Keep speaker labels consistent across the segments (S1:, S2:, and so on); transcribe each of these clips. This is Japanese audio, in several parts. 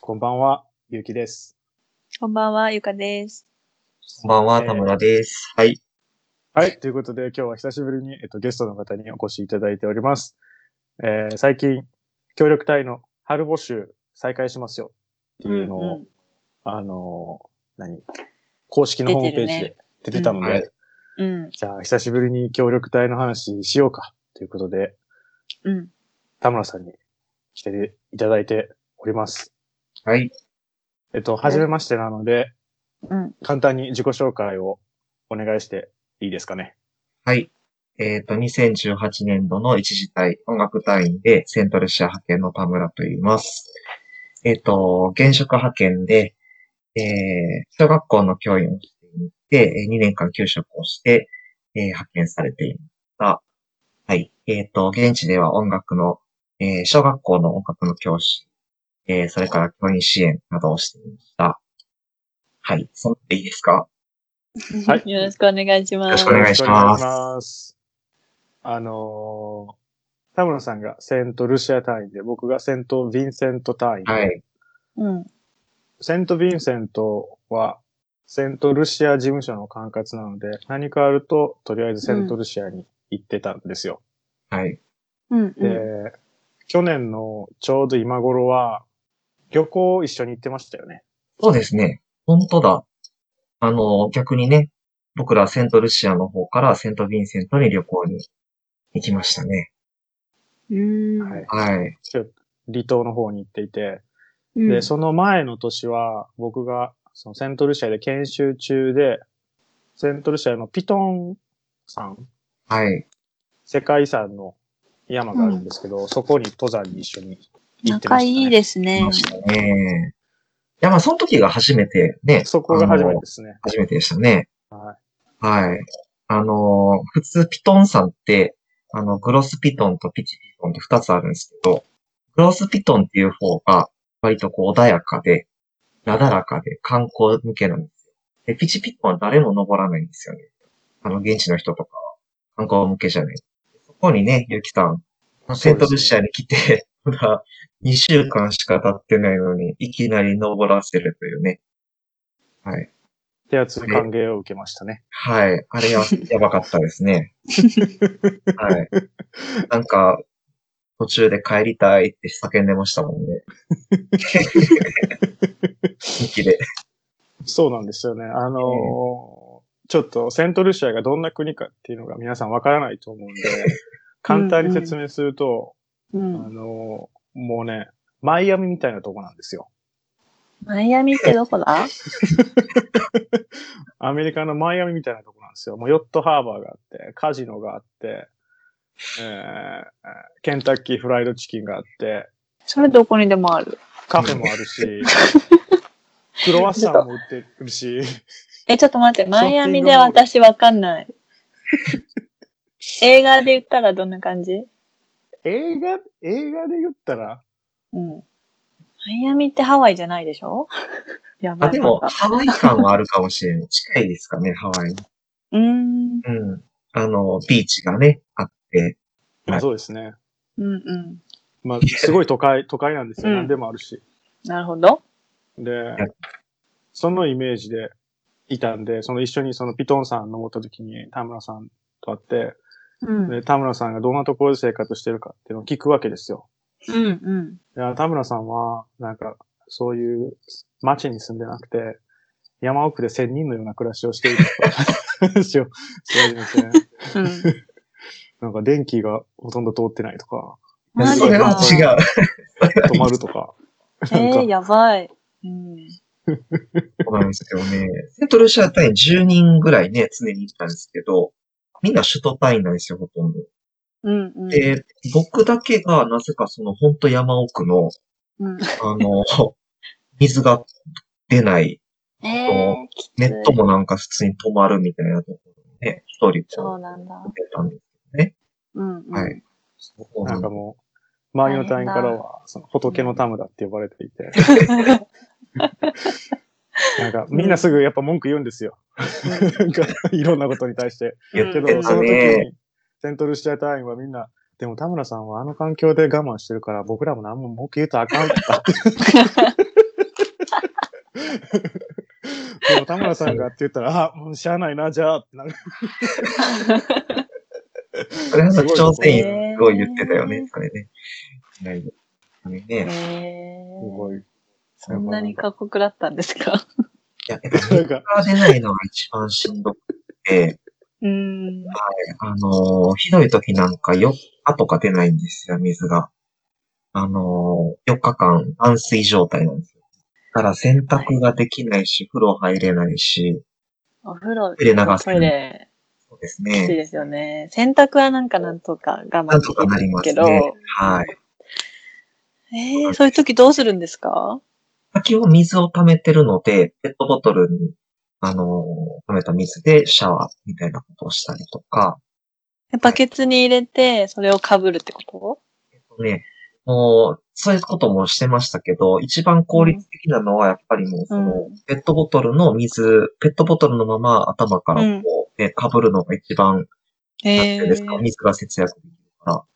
S1: こんばんは、ゆうきです。
S2: こんばんは、ゆかです。
S3: こんばんは、
S1: えー
S3: 田村です。はい。
S1: はい、ということで今日は久しぶりに、えっと、ゲストの方にお越しいただいております。えー最近、協力隊の春募集再開しますよっていうのを、
S2: うんうん
S1: あのー何公式のホームページ
S2: 出てる
S1: で出てたので、
S3: うんはい
S2: うん、
S1: じゃあ久しぶりに協力隊の話しようかということで、
S2: うん。
S1: 田村さんに来ていただいております。
S3: はい。
S1: えっと、はじめましてなので、
S2: うん
S1: 簡単に自己紹介をお願いしていいですかね。
S3: はい。えっ、と、2018年度の一時隊、音楽隊員で、セントルシア派遣の田村と言います。えっ、と、現職派遣で、えー小学校の教員をしていて、えー2年間休職をして、えー派遣されていました。はい。えっ、と、現地では音楽の、えー小学校の音楽の教師、えーそれから教員支援などをしていました。はい。そんなんでいいですか
S1: はい
S2: よろしくお願いします。
S3: よろしくお願いします
S1: よろくお願いします。あのー田村さんがセントルシア単位で、僕がセント・ヴィンセント単位。
S3: はい。
S2: うん、
S1: セント・ヴィンセントは、セントルシア事務所の管轄なので、何かあると、とりあえずセントルシアに行ってたんですよ。
S3: はい。
S2: うん、
S1: で、
S2: う
S1: 去年のちょうど今頃は、旅行一緒に行ってましたよね。
S3: そうですね。本当だ。あの、逆にね、僕らセントルシアの方からセントヴィンセントに旅行に行きましたね。
S2: ん。うーん
S1: はい。
S3: はい。
S1: ちょっと離島の方に行っていて、
S2: うん
S1: で、その前の年は、僕が、そのセントルシアで研修中で、セントルシアのピトンさん、
S3: はい。
S1: 世界遺産の山があるんですけど、そこに登山に一緒に行ってま
S2: 仲
S1: した、ね。
S2: いいです
S3: 行
S2: ね
S3: き。ましたね。いや、まあ、その時が初めてね。
S1: そこが初めて
S3: あの
S1: ですね。
S3: 初めてでしたね。
S1: は
S3: はい。あの、普通ピトンさんって、あの、グロスピトンとピチピトンって二つあるんですけど、グロスピトンっていう方が、割とこう穏やかで、なだらかで観光向けなんですよ。で、ピチピトンは誰も登らないんですよね。あの、現地の人とかは、観光向けじゃない。そこにね、ゆきさん、セントルシアに来て、 まだ2週間しか経ってないのに、いきなり登らせるというね。はい。
S1: い。手厚い歓迎を受けましたね。
S3: はい。あれはやばかったで すね。はい。なんか、途中で帰りたいって叫んでましたも んね。人気で。
S1: そうなんですよね。あのーちょっとセントルシアがどんな国かっていうのが皆さんわからないと思うんで、簡単に説明すると、
S2: うん
S1: あのーもうね、マイアミみたいなとこなんですよ。
S2: マイアミってどこだ
S1: アメリカのマイアミみたいなとこなんですよ。もうヨットハーバーがあって、カジノがあって、えー、ケンタッキーフライドチキンがあって、
S2: それどこにでもある。
S1: カフェもある し、クロワッサンも売ってるし、
S2: え、ちょっと待って、
S1: ショッピ
S2: マ
S1: ング
S2: イ
S1: モー
S2: ア
S1: ル
S2: ミで私わかんない。映画で言ったらどんな感じ
S1: 映画、映画で言ったら、
S2: うん。マイアミってハワイじゃないでしょやば
S3: あ、
S2: い。
S3: でも、
S2: なんか
S3: ハワイ感はあるかもしれない。近いですかね、ハワイに。
S2: うーん。
S3: うん。あの、ビーチがね、あって。
S1: まあそうですね。
S2: うんうん。
S1: まあ、すごい都会、都会なんですよ。
S2: うん
S1: 何でもあるし。
S2: なるほど。
S1: で、そのイメージでいたんで、その一緒にそのピトンさん登った時に田村さんと会って、
S2: うん。うん
S1: で田村さんがどんなところで生活してるかっていうのを聞くわけですよ。
S2: うん。
S1: いや、田村さんは、なんか、そういう町に住んでなくて、山奥で仙人のような暮らしをしているとか話をしてるんですね。
S2: うん。
S1: なんか電気がほとんど通ってないとか、
S2: マジ
S3: それは
S2: か。
S3: 違う。
S1: 止まるとか。なん
S2: え
S1: か
S2: ー、やばい。うん。
S3: そうなんですけどね。セントルシア隊員10人ぐらいね、常に行ったんですけど、みんな首都隊員なんですよ、ほとんど。
S2: うんうん。
S3: で、僕だけがなぜかその本当山奥の、
S2: うん
S3: あ の、水が出ない、
S2: えー、きつい
S3: ネットもなんか普通に止まるみたいなところでね、一人
S2: そう
S3: こ
S2: なんだ
S3: う。出たんです。
S2: うん、うん。
S3: はいそう
S1: なんか
S3: の
S1: もう、周りの隊員からは、その仏の田村って呼ばれていて、なんかみんなすぐやっぱ文句言うんですよ。なんかいろんなことに対して。
S3: 言っ
S1: け
S3: て
S1: ど、
S3: た
S1: その時
S3: ね。
S1: に、セントルシア隊員はみんな、でも田村さんはあの環境で我慢してるから、僕らも何も文句言うとあかんとかってでも田村さんがって言ったら、あ、もうしゃあないな、じゃあってなる。
S3: それは
S1: すごい
S3: 朝鮮人 すごい言ってたよね、それね。はい。あれ
S2: へ
S3: ね。
S1: す
S2: ー
S1: ごい。
S2: そんなに過酷だったんですか
S3: いや、やっぱ
S1: なんか、
S3: が出ないのが一番しんどくて、
S2: うーん。
S3: あのーひどい時なんか4日とか出ないんですよ、水が。あのー、4日間断水状態なんですよ。だから洗濯ができないし、風呂入れないし、
S2: お風呂、
S3: トイレ流す
S2: トイレ、
S3: そうです
S2: きつい
S3: ね。
S2: ですよね。洗濯はなんかなんとか我
S3: な
S2: 慢
S3: んとかな
S2: でき
S3: り
S2: る
S3: ま
S2: け
S3: す
S2: ど、
S3: ね。はい。
S2: えー、そういう時どうするんですか
S3: 先を水を溜めてるので、ペットボトルに、あのー溜めた水でシャワーみたいなことをしたりとか、
S2: バケツに入れて、それを被るってこと
S3: ね、もう、そういうこともしてましたけど、一番効率的なのはやっぱりもう、その、
S2: う
S3: ペットボトルの水、ペットボトルのまま頭から
S2: うん
S3: こう、ね、被るのが一番、なんてい
S2: え
S3: うんですか、
S2: ー、
S3: 水が節約できるか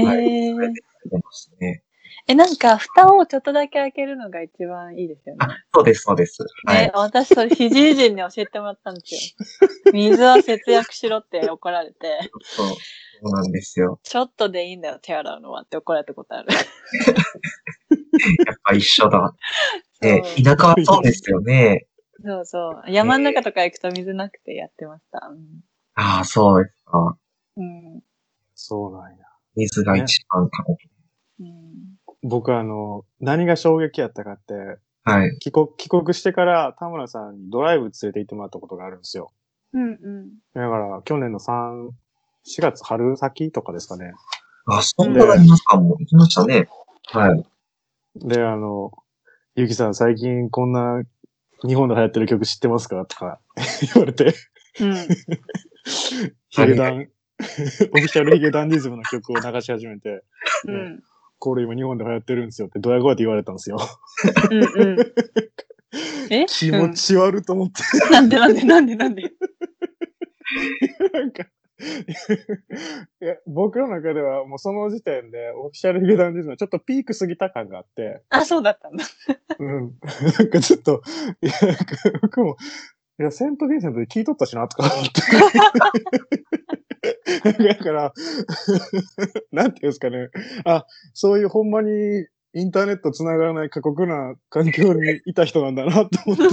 S3: ら、
S2: え
S3: はい
S2: ー
S3: それでやってましたね。
S2: え、なんか、蓋をちょっとだけ開けるのが一番いいですよね。
S3: あ、そうです、そうです。は
S2: ね
S3: い。、
S2: 私それ、ひじいじんに教えてもらったんですよ。水は節約しろって怒られて、
S3: そう、そうなんですよ。
S2: ちょっとでいいんだよ、手洗うのはって怒られたことある。
S3: やっぱ一緒だ。ね、
S2: そう
S3: 田舎はそうですよね。
S2: そうそう。山の中とか行くと水なくてやってました。
S3: ああ、そうですか。
S2: うん。うん
S1: そうなんや。
S3: 水が一番過酷。
S2: うん、
S1: 僕あの、何が衝撃やったかって、
S3: はい。
S1: 帰国、帰国してから田村さんにドライブ連れて行ってもらったことがあるんですよ。
S2: うんうん。
S1: だから、去年の3、4月春先とかですかね。
S3: あ、そんなにありますかもう行きましたね。はい。
S1: で、あの、ゆきさん最近こんな日本で流行ってる曲知ってますかとか 言われて、
S2: うん。
S1: ヒゲダン、オフィシャルヒゲダンディズムの曲を流し始めて、
S2: うん。
S1: これ今日本で流行ってるんですよってドヤ声で言われたんですよ。
S2: うんうん。え
S1: 気持ち悪いと思って、
S2: うんなんでなんでなんでなんで
S1: なんか。いや僕の中ではもうその時点でオフィシャルヒゲダンディズムはちょっとピーク過ぎた感があって、
S2: あ、そうだったんだ。
S1: うん。 なんかちょっと、いや、なんか僕も、いや、セント・ヴィンセントで聞いとったしな、とか思って。だから、なんていうんですかね。あ、そういうほんまにインターネット繋がらない過酷な環境にいた人なんだな、と思って。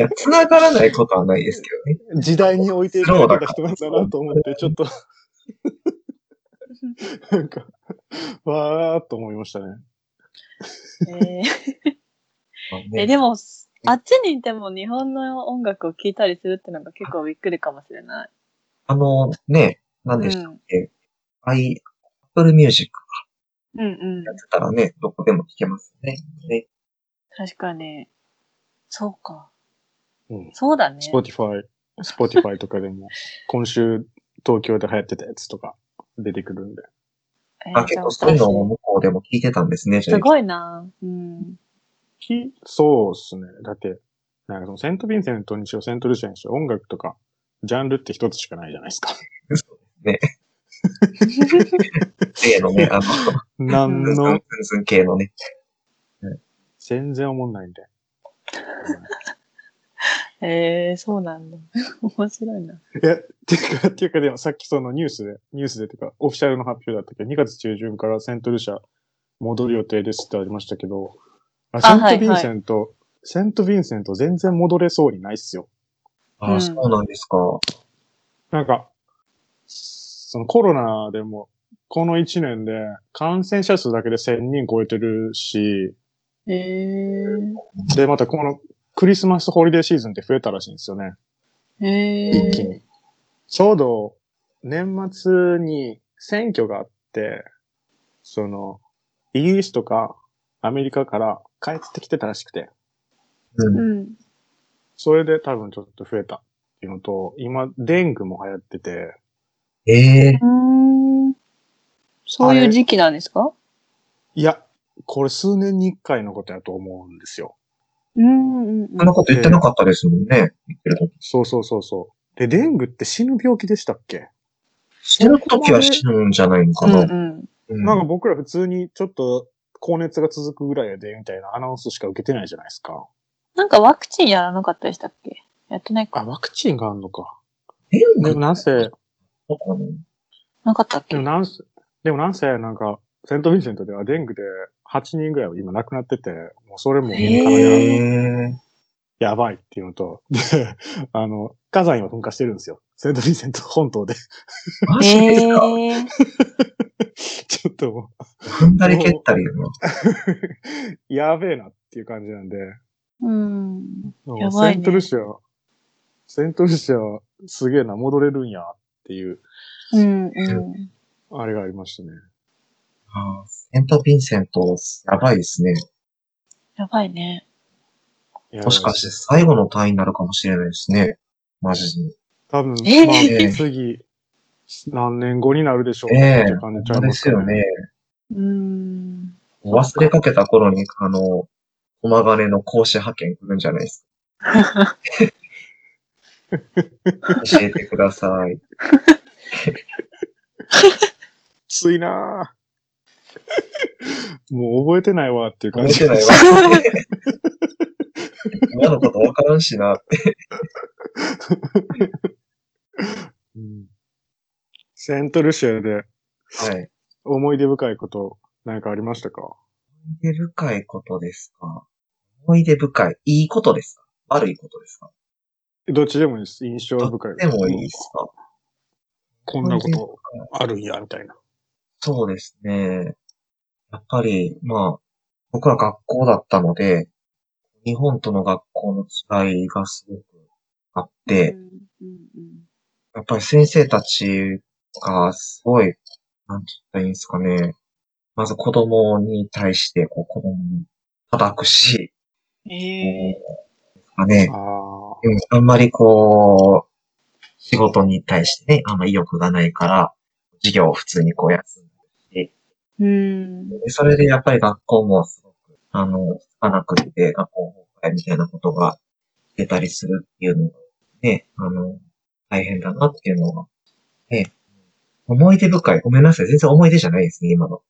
S3: いや、繋がらないことはないですけどね。
S1: 時代に置いていかれてた人なんだな、と思 って、ちょっと、なんか、わーっと思いましたね。
S2: えー
S3: まあ
S2: え、
S3: ね
S2: でも、あっちにいても日本の音楽を聴いたりするってのが結構びっくりかもしれない。
S3: あの、ね、なん
S2: うん。
S3: でし
S2: う
S3: たっ
S2: ん
S3: け。アイ、アップルミュージック
S2: うん
S3: やっ。てたらね、どこでも聴けますね。ね。
S2: 確かに。そうか。
S1: うん。
S2: そうだね。
S1: Spotify、Spotify とかでも、今週東京で流行ってたやつとか出てくるんで。
S2: えー
S3: あ、結構そういうのを向こうでも聴いてたんですね、
S2: す
S3: い。
S2: ごいな。うん。
S1: きそうっすね。だって、なんかそのセント・ヴィンセントにしろ、セント・ルシアにしろ、音楽とか、ジャンルって一つしかないじゃないです か。
S3: 系のね、あ
S1: な
S3: の、ズ
S1: ん
S3: ンズンズ
S1: の
S3: ン、ズン系のね。
S1: 全然思んないんで。
S2: えー、そうなんだ。 面白いな。
S1: いや、ていうか、ていうかでもさっきそのニュースで、ニュースでていうか、オフィシャルの発表だったけど、2月中旬からセント・ルシア戻る予定ですってありましたけど、あセント・
S2: はい
S1: ヴィンセント、セント・ヴィンセント全然戻れそうにないっすよ。
S3: あ
S2: う
S3: あ、
S2: ん
S3: そうなんですか。
S1: なんか、そのコロナでも、この1年で感染者数だけで1000人超えてるし、
S2: えー。
S1: で、またこのクリスマスホリデーシーズンって増えたらしいんですよね。
S2: え
S1: 一気
S2: ー。
S1: に。ちょうど年末に選挙があって、その、イギリスとかアメリカから帰ってきてたらしくて、
S3: うん。
S2: うん。
S1: それで多分ちょっと増えたっていうのと、今、デングも流行ってて、
S3: ええ
S2: うーんそういう時期なんですか
S1: いや、これ数年に一回のことやと思うんですよ。
S2: うんうんうん
S3: そんなこと言ってなかったですもんね。言ってる時
S1: そうそうそうそう。で、デングって死ぬ病気でしたっけ
S3: 死ぬときは死ぬんじゃないのかな。
S2: うん
S3: うん
S1: なんか僕ら普通にちょっと高熱が続くぐらいやで、みたいなアナウンスしか受けてないじゃないですか。
S2: なんかワクチンやらなかったでしたっけやってない
S1: あ、
S2: か。
S1: ワクチンがあるのか。
S3: え
S1: でもなんせ、
S3: どこに
S2: なかったっけ
S1: でもなんせ、でもなんせ、なんか、セントビンセントではデングで8人ぐらいは今亡くなってて、もうそれも
S2: へ
S1: や
S2: ー
S3: え
S1: ばいっていうのと、で、あの、火山今噴火してるんですよ。セントビンセント本島で。
S3: ー。マジで
S2: え
S3: すか、
S2: ー、
S1: ちょっとも
S3: 踏んだり蹴ったりやな。
S1: う、 やべえなっていう感じなんで、
S2: うん。
S1: もう
S2: やばいね
S1: セントルシア、セントルシアすげえな、戻れるんやっていう、
S2: うん、う
S1: あれがありましたね。
S3: あーセント・ヴィンセント、やばいですね。
S2: ん。やばいね。
S1: いや
S3: もしかして最後の単位になるかもしれないですね。マジで。
S1: 多分、
S2: えー
S1: ま
S3: え
S1: あ、
S3: ー
S1: 次、何年後になるでしょう
S3: ええ
S1: って感じちゃい
S3: で
S1: ますす
S3: よね。。
S2: うん。
S3: 忘れかけた頃に、あの、駒金の講師派遣来るんじゃないですか。教えてください。
S1: きついなぁ。 もう覚えてないわっていう感
S3: 覚え
S1: じ
S3: てないわ。 今のことわからんしな。
S1: うんセントルシアで
S3: はい。
S1: 思い出深いこと何かありましたか
S3: 思い出深いことですか思い出深い。いいことですか悪いことですか
S1: どっちでもいいです。印象深い。
S3: でもいいですか
S1: こんなことあるんや、みたいな。
S3: そうですね。やっぱり、まあ、僕は学校だったので、日本との学校の違いがすごくあって、
S2: うんうん
S3: やっぱり先生たちがすごい、なんて言ったらいいんですかね。まず子供に対して、こう子供に叩くし、
S2: うんえ
S3: まあね、
S1: あ
S3: うんあんまりこう、仕事に対してね、あんま意欲がないから、授業を普通にこう休ん
S2: ー、うん。
S3: で、それでやっぱり学校もすごく、あの、つかなくて、学校崩壊みたいなことが出たりするっていうのが、ね、あの、大変だなっていうのが、ね、思い出深い。ごめんなさい。全然思い出じゃないですね、今の。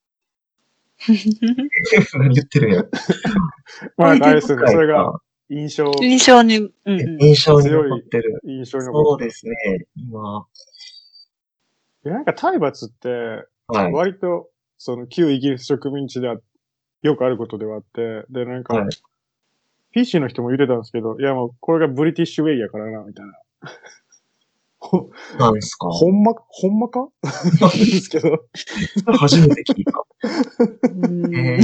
S3: 何言ってるんやろ。
S1: あ。まあ、あれですよね。それが
S3: あ
S1: 印象、
S2: 印象に、うんうん。
S3: 印象に残ってる。
S1: 印象に
S3: そ
S1: 残
S3: う
S1: って
S3: ですね、今。
S1: でなんか体罰って、
S3: はい。
S1: 割と、その旧イギリス植民地ではよくあることではあって、で、なんか、
S3: はい
S1: PC の人も入れたんですけど、いやもうこれがブリティッシュウェイやからな、みたいな。 ほ、
S3: なんですか
S1: ほんま、ほんまかですけど。
S3: 初めて聞いた。
S2: うん
S3: へ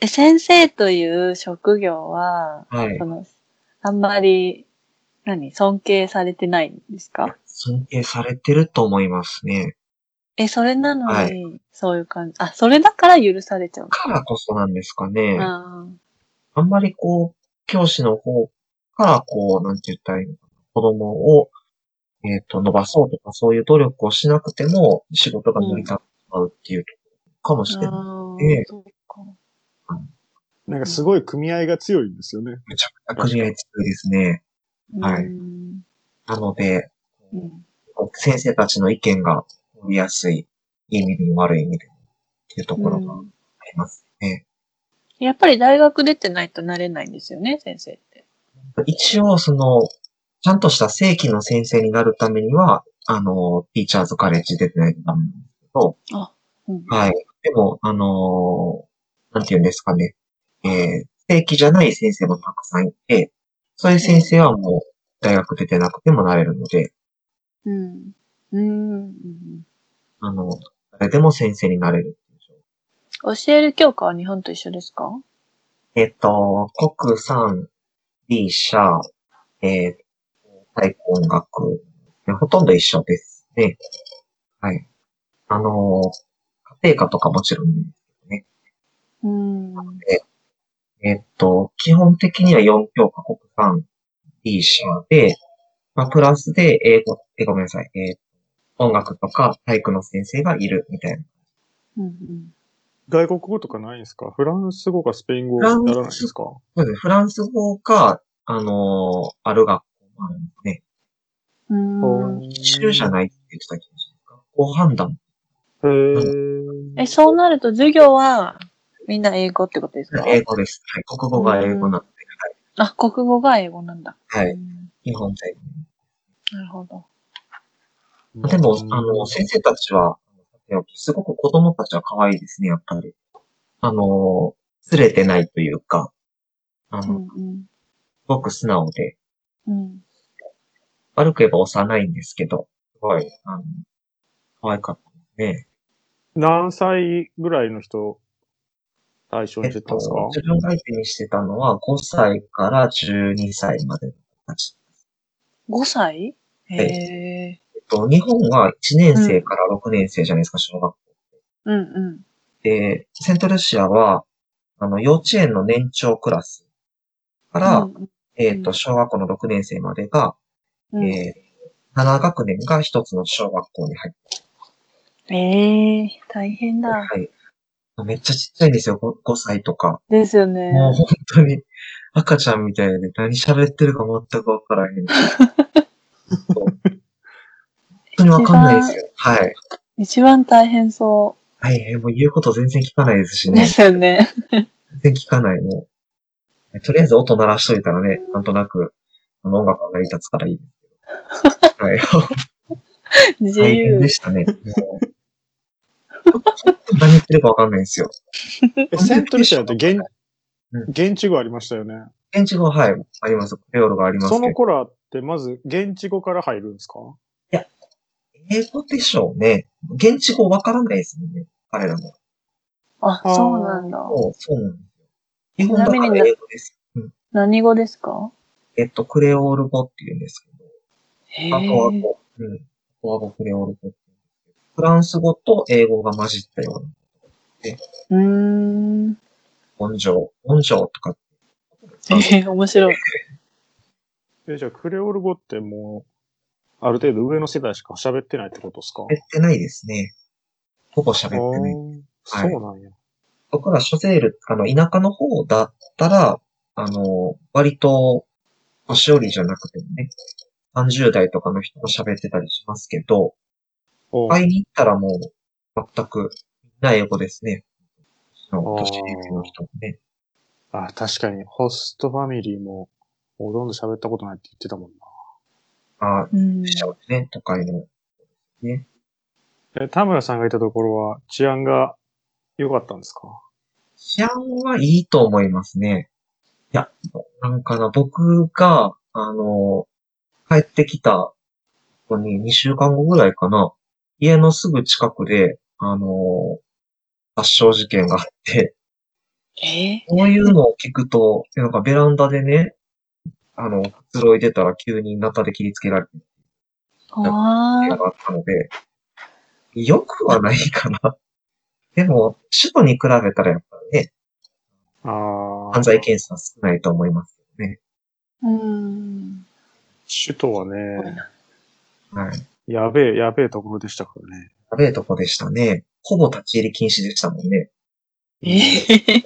S2: え先生という職業は、
S3: ーはい
S2: そ。のあんまり、何、尊敬されてないんですか
S3: 尊敬されてると思いますね。
S2: え、それなのに、
S3: は
S2: そういう感じ。あ、それだから許されちゃう。
S3: からこそなんですかね。
S2: あ
S3: あんまりこう、教師の方からこう、なんて言ったらいいのかな、子供を、えっ、と、伸ばそうとか、そういう努力をしなくても、仕事が成り立ってしまうっていうところかも
S2: ー
S3: しれない。
S2: あー、
S3: ええ
S2: そうか。
S1: なんかすごい組合が強いんですよね。
S3: めちゃくちゃ組合強いですね。はい
S2: うん
S3: なので、
S2: うん
S3: 先生たちの意見が取りやすい、いい意味でも悪い意味でも、っていうところがあ
S2: うん
S3: りますね。
S2: やっぱり大学出てないとなれないんですよね、先生って。
S3: 一応、その、ちゃんとした正規の先生になるためには、あの、ティーチャーズカレッジ出てないとダメなんですけど、
S2: うん
S3: はい。でも、あのーなんて言うんですかね。えー、正規じゃない先生もたくさんいて、そういう先生はもう大学出てなくてもなれるので、
S2: うん。うんうん。
S3: あの、誰でも先生になれるっていう状況。
S2: 教える教科は日本と一緒ですか
S3: えっ、と、国産、理、社、えー、体育音楽、ねほとんど一緒ですね。はい。あのー家庭科とかもちろんね、
S2: うん。
S3: えっと、基本的には4教科国産 D 社で、まあ、プラスで英語、え、ごめんなさい、えー音楽とか体育の先生がいるみたいな。
S2: うんうん。
S1: 外国語とかないんですかフランス語かスペイン語やらないんですか
S3: そうですね、フランス語が、あのーある学校もあるのでね、
S2: うん
S3: 一流じゃないって言ってた気がします。学校判断。
S1: へー
S2: え、そうなると授業はみんな英語ってことですか
S3: 英語です。はい。国語が英語なんで。
S2: あ、国語が英語なんだ。
S3: はい
S2: うん
S3: 日本で。
S2: なるほど。
S3: でも、あの、先生たちは、すごく子供たちは可愛いですね、やっぱり。あの、釣れてないというか、あ
S2: う
S3: の、す
S2: んうん。
S3: ごく素直で、
S2: うん。
S3: 悪く言えば幼いんですけど、すごい、あの、可愛かったですね。
S1: 何歳ぐらいの人対象にしてたんですか、
S3: 自分が相手にしてたのは5歳から12歳までの子たち。
S2: 5歳へ
S3: い
S2: え。
S3: えっと、日本は1年生から6年生じゃないですか、小学校。
S2: うんう
S3: で、セントルシアは、あの、幼稚園の年長クラスか
S2: ん。
S3: ら、
S2: うんうん
S3: えっ、と、小学校の6年生までが、
S2: うん
S3: えー7学年が一つの小学校に入って、
S2: ええ、大変だ。
S3: はい。めっちゃちっちゃいんですよ、5, 歳とか。
S2: ですよね。
S3: もう本当に赤ちゃんみたいで何喋ってるか全くわから へん。そう本当にわかんないですよ。はい。
S2: 一番大変そ
S3: はい、えーもう言うこと全然聞かないですし
S2: う。で
S3: ね。
S2: すよ ね。
S3: 全然聞かない、もう。とりあえず音鳴らしといたらね、なんとなく、あの音楽が成り立つからいいです けど。はい。
S2: 自
S3: 大変
S2: 由
S3: で。したね。もう何言ってるかわかんないんですよ。
S1: えセントルシアって現
S3: うん、
S1: 現地語ありましたよね。
S3: 現地語は、はい、あります。クレオールがあります
S1: そ
S3: け
S1: の
S3: ど。
S1: 頃ってまず現地語から入るんですか
S3: 英語でしょうね。現地語わからないですもんね。彼らも。
S2: あ、
S1: あー
S2: そうなんだ。
S3: そう、そうなんですよ。日本だから英語です。うん、
S2: 何語ですか
S3: えっと、クレオール語って言うんですけど。
S2: へ
S3: あとは
S2: え。
S3: こう、うん。コア語、クレオール語って言うんですけど。フランス語と英語が混じったような。
S2: うーん。
S3: 音情、音情とか。
S2: ええ、 面白い。
S1: え、じゃあクレオール語ってもう、ある程度上の世代しか喋ってないってことですか
S3: 喋ってないですね。ほぼ喋ってない。
S1: あーそうなんや。
S3: 僕ら諸セール、あの、田舎の方だったら、あの、割と、年寄りじゃなくてもね、30代とかの人が喋ってたりしますけど、
S1: おう
S3: 会いに行ったらもう、全く、みんな英語ですね。その
S1: あー
S3: 年寄りの人もね。
S1: あ、確かに、ホストファミリーも、ほとんど喋ったことないって言ってたもん
S3: ああ、
S2: うん
S3: しちゃうね、都会の。
S1: な。え、田村さんがいたところは治安が良かったんですか
S3: 治安はいいと思いますね。いや、なんかな、僕が、あの、帰ってきた子に2週間後ぐらいかな、家のすぐ近くで、あの、殺傷事件があって、
S2: え
S3: こういうのを聞くと、なんかベランダでね、あの、くつろいでたら急にナタで切りつけられて
S2: 怖
S3: っていうのがあったので、よくはないかな。でも、首都に比べたらやっぱりね、
S1: ああ。
S3: 犯罪件数は少ないと思いますけどね。
S2: うん。
S1: 首都はね、
S3: はい。
S1: やべえ、やべえところでしたからね。
S3: やべえとこでしたね。ほぼ立ち入り禁止でしたもんね。
S2: ええ。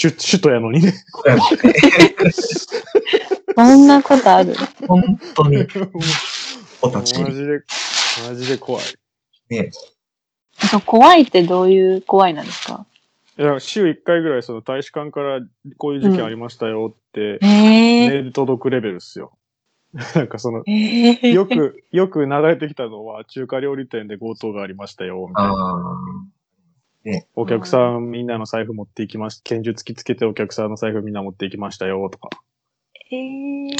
S1: 首首都やのにね。
S3: これもね
S2: そんなことある
S3: 本当 にほぼ
S1: マ
S3: 立
S1: ジ
S3: ち入り。
S1: で、マジで怖い。
S3: ね。
S2: そう怖いってどういう怖いなんですか
S1: いや、週1回ぐらいその大使館からこういう事件ありましたよって、
S2: え
S1: メ
S2: え。
S1: ール届くレベルっすよ。 なんかその、
S2: ええ。
S1: よく、よく流れてきたのは中華料理店で強盗がありましたよ、みたい
S3: あ
S1: な。
S3: あ。
S1: お客さんみんなの財布持っていきまし、拳銃突きつけてお客さんの財布みんな持っていきましたよ、とか。
S2: ええ。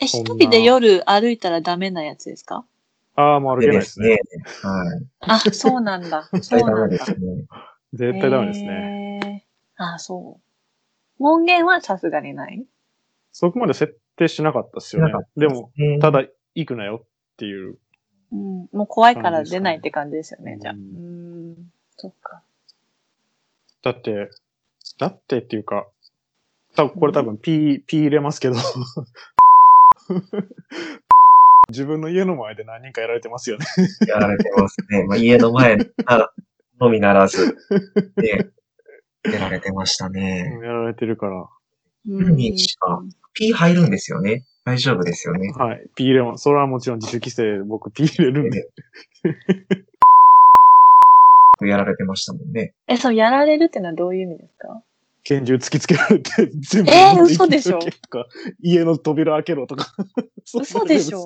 S2: え、
S1: そ
S2: 一
S1: んな
S2: 人で夜歩いたらダメなやつですか
S1: ああ、もう歩け
S3: で
S1: ない
S3: で
S1: ですすね。
S3: ね。はい。
S2: あ、そうなんだ。そう
S3: 絶対ダ
S2: なん
S3: メで
S2: だ
S3: す。ね。
S1: 絶対ダメですね。
S2: へー。あ、そう。門限はさすがにない。
S1: そこまで設定しなかったっすよね
S3: なかっ。
S1: でも、
S3: ね
S1: た、だ、行くなよっていう。
S2: うん。もう怖いから出ないって感じですよね、じゃあ。う
S1: うん
S2: ん。そっか。
S1: だって、だってっていうか、多分これ多分 P、P 入れますけど、 自分の家の前で何人かやられてますよね。
S3: やられてますね。まあ、家の前ならのみならず、ね、やられてましたね。
S1: やられてるから。
S2: う
S3: にしか P 入るんですよね。大丈夫ですよね。
S1: はい。P 入れます。それはもちろん自主規制、僕 P 入れるんで。
S3: とくやられてましたもんね。
S2: え、そう、やられるってのはどういう意味ですか
S1: 拳銃突きつけられて、全部。
S2: えー嘘でしょ
S1: とか家の扉開けろとか。そんな
S2: 嘘でし
S1: レベ
S2: ょ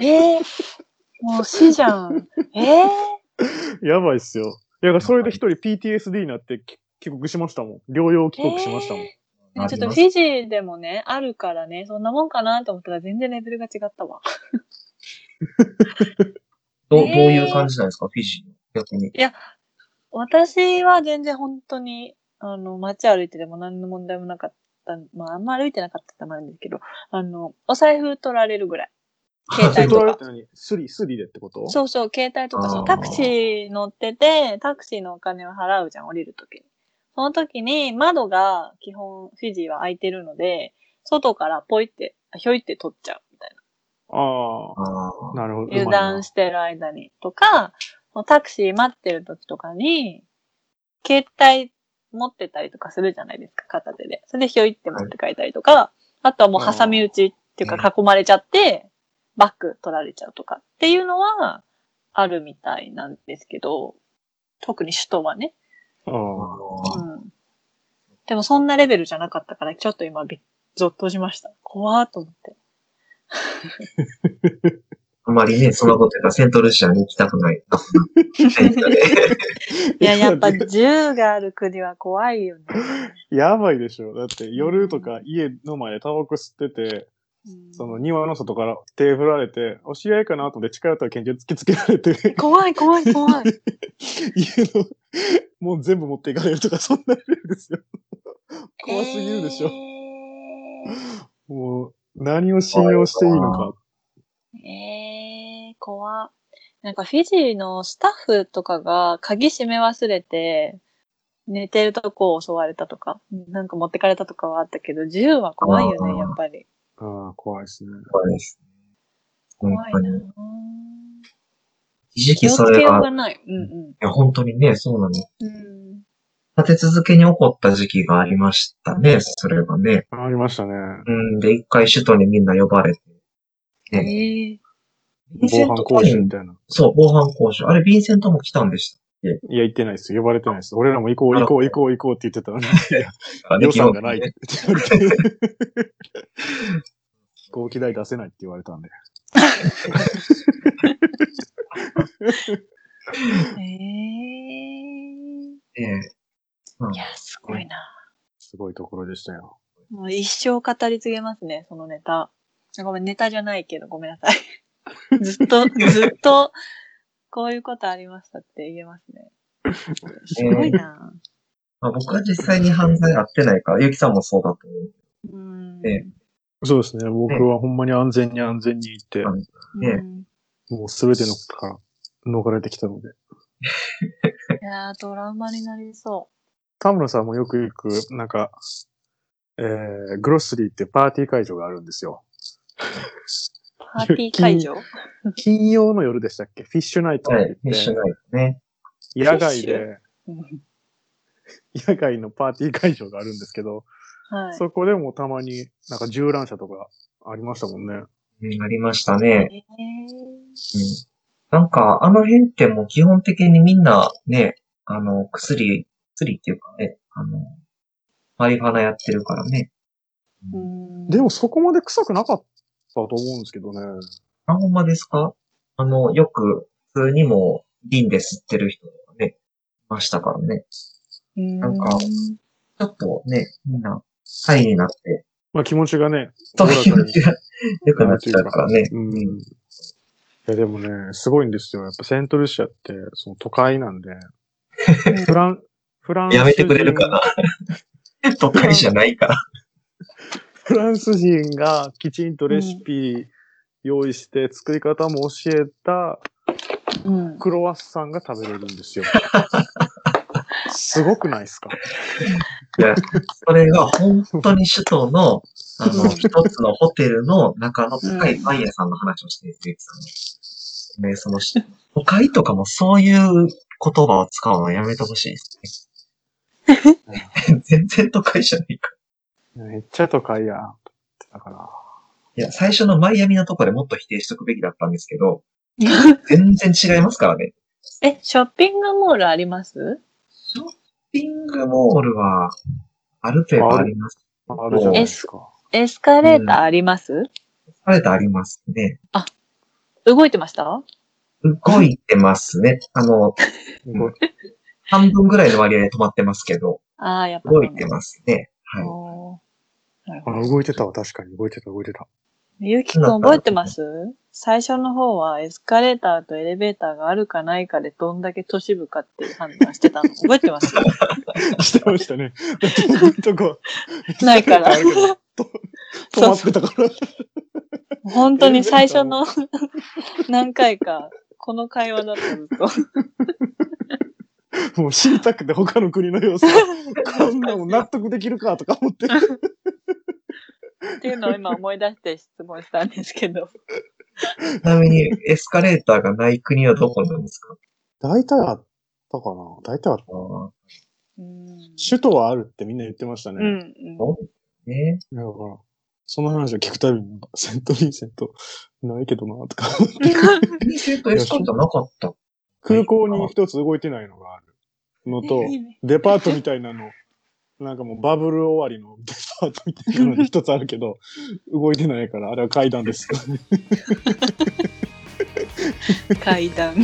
S2: えー、もう死じゃん。えー、
S1: ルですよやばいっすよ。いや、それで一人 PTSD になってき帰国しましたもん。療養帰国しましたもん。
S2: えーちょっとフィジーでもね、あるからね、そんなもんかなと思ったら全然レベルが違ったわ。
S3: どどう
S2: えー
S3: いう感じなんですか、フィジーの逆に。
S2: 私は全然本当に、あの、街歩いてても何の問題もなかった。まあ、あんま歩いてなかったってのもあるんですけど、あの、お財布取られるぐらい。携
S1: それ
S2: 帯
S1: 取
S2: と
S1: られ
S2: か
S1: て。何スリ、スリでってこと
S2: そうそう、携帯とか、そ
S3: あ
S2: の
S3: ー
S2: タクシー乗ってて、タクシーのお金を払うじゃん、降りるときに。その時に、窓が基本、フィジーは開いてるので、外からポイって、ひょいって取っちゃうみたい
S1: あ
S2: な。
S3: あ
S1: あ、
S3: ー
S1: なるほど。
S2: 油断してる間に。とか、タクシー待ってる時とかに、携帯持ってたりとかするじゃないですか、片手で。それでひょいって持って帰ったりとか、あとはもう挟み撃ちっていうか囲まれちゃって、バック取られちゃうとかっていうのはあるみたいなんですけど、特に首都はね。
S1: う
S3: あ
S1: ん。
S3: ー
S2: うん。でもそんなレベルじゃなかったから、ちょっと今びっ、ゾッとしました。怖ーと思 って。
S3: あんまりね、そのこと言ったらセントルシアに行きたくない。
S2: いや、やっぱ銃がある国は怖いよ ね。
S1: やばいでしょ。だって夜とか家の前でタバコ吸ってて、
S2: うん
S1: その庭の外から手振られて、お知り合いかなと思って近寄ったら拳銃突きつけられて、
S2: 怖い怖い怖い。
S1: 家の、もう全部持っていかれるとか、そんなレベルですよ。怖すぎるでしょ。もう、何を信用していいのか。
S2: えー、えー怖っなんかフィジーのスタッフとかが鍵閉め忘れて、寝てるとこを襲われたとか、なんか持ってかれたとかはあったけど、銃は怖いよ
S3: あー
S2: ね、やっぱり。
S1: ああ、怖いですね。
S3: 怖いです。本
S2: 怖い
S3: 当
S2: な
S3: に。
S2: ぁ
S3: 一時
S2: 気
S3: 期
S2: を
S3: そ
S2: つけ
S3: れ
S2: よ
S3: が、
S2: う
S3: い
S2: がない。うん
S3: や本当にね、そうなの。
S2: うん。うん
S3: 立て続けに起こった時期がありましたね、それがね。
S1: ありましたね。
S3: うん、で、一回首都にみんな呼ばれて。
S2: え
S3: ね、
S2: ー、
S3: ヴィンセ
S1: 防
S3: ン
S1: 犯
S3: トコ
S1: 講
S3: リ
S1: 習
S3: ン
S1: み、たいな。
S3: そう、防犯講習。あれ、ヴィンセントも来たんでし
S1: いや、行ってないです。呼ばれてないです。俺らも行こう、
S3: あ
S1: 行こう、行こう、行こうって言ってたのに、いや
S3: たからね。
S1: 予算がないっ
S3: 基
S1: て言われて。 飛行機代出せないって言われたんで。
S2: えー、
S3: 本ね。うん
S2: いや、すごいなぁ
S1: すごいところでしたよ。
S2: もう一生語り継げますね、そのネタ。あごめん、ネタじゃないけど、ごめんなさい。 ずっと、ずっと、こういうことありましたって言えますね。すごいな
S3: まあ、僕は実際に犯罪やってないから、ゆきさんもそうだと思う。
S2: ぁうん。
S3: え
S1: そうですね。僕はほんまに安全に安全に行って、
S3: あえ
S2: うん
S1: もうすべてのことから逃れてきたので。
S2: いやー、トラウマになりそ
S1: 田村さんもよく行く、なんか、えー、グロッスリーってパーティー会場があるんですよ。
S2: う。パーティー会場
S1: 金曜の夜でしたっけフィッシュナイトっ
S3: はい
S1: て、言っ
S3: 一
S1: て、
S3: 緒ないね。
S1: 野外で、
S2: うん
S1: 野外のパーティー会場があるんですけど、
S2: はい。
S1: そこでもたまになんか銃乱射とかありましたもんね。
S3: うん、ありましたね。
S2: えー
S3: うん。なんか、あの辺ってもう基本的にみんなね、あの、薬、薬っていうかね、あの、マリファナやってるからね。
S2: うん
S1: でもそこまで臭くなかったと思うんですけどね。
S3: あ、ほんまですかあの、よく、普通にも、瓶で吸ってる人とかね、いましたからね。なんかちょっとね、みんな、ハイになって、
S1: まあ気持ちがね、
S3: と気持ちが良くなっちゃうからね。
S1: うん。いやでもね、すごいんですよ。やっぱセントルシアって、その都会なんで、
S2: うん
S1: フラン、フランス人。
S3: やめてくれるかな 都会じゃないから。
S1: フランス人がきちんとレシピ用意して作り方も教えた
S2: うん
S1: クロワッサンが食べれるん ですよ。すごくないですか
S3: いや、それが本当に首都の、あの、一つのホテルの中の高いパン屋さんの話をしていて、ゆきさんね。ね、その、都会とかもそういう言葉を使うのはやめてほしいですね。全然都会じゃないから。
S1: めっちゃ都会や。だから。
S3: いや、最初のマイアミのとこでもっと否定しとくべきだったんですけど、全然違いますからね。
S2: え、ショッピングモールあります
S3: ショッピングモールは、ある程度あります。
S1: あるじゃないですか。
S2: エスカレーターあります、
S3: ある程度ありますね。
S2: 動いてました
S3: 動いてますね。あの、
S1: すごい
S3: 半分ぐらいの割合で止まってますけど、
S2: ああ、やっぱそう
S3: 動
S2: なん
S3: い
S2: だ
S3: てますね。はい。
S2: おーなる
S1: あ
S2: ほど。
S1: 動いてたわ、確かに。動いてた、動いてた。
S2: ゆうきくん覚えてます最初の方はエスカレーターとエレベーターがあるかないかでどんだけ都市部かっていう判断してたの。覚えてます
S1: してましたね。だって動いとこ、
S2: ないから。
S1: あるけど止まってたから。
S2: 本当に最初の 何回か、この会話だったずっと。
S1: もう知りたくて他の国の様子こんなもん納得できるかとか思って。
S2: っていうのを今思い出して質問したんですけど。
S3: ちなみに、エスカレーターがない国はどこなんですか
S1: 大体あったかな大体あった。
S3: あー
S2: うん。
S1: 首都はあるってみんな言ってました
S2: うん
S1: ね。
S2: うん。
S3: ね
S1: だから、その話を聞くたびに、セントリーセントないけどな、とか。
S3: 国政とエスカレーターなかった。
S1: 空港に一つ動いてないのがあるのと、 デパートみたいなの、なんかもうバブル終わりのデパートみたいなのに一つあるけど、動いてないから、あれは階段です。
S2: 階段。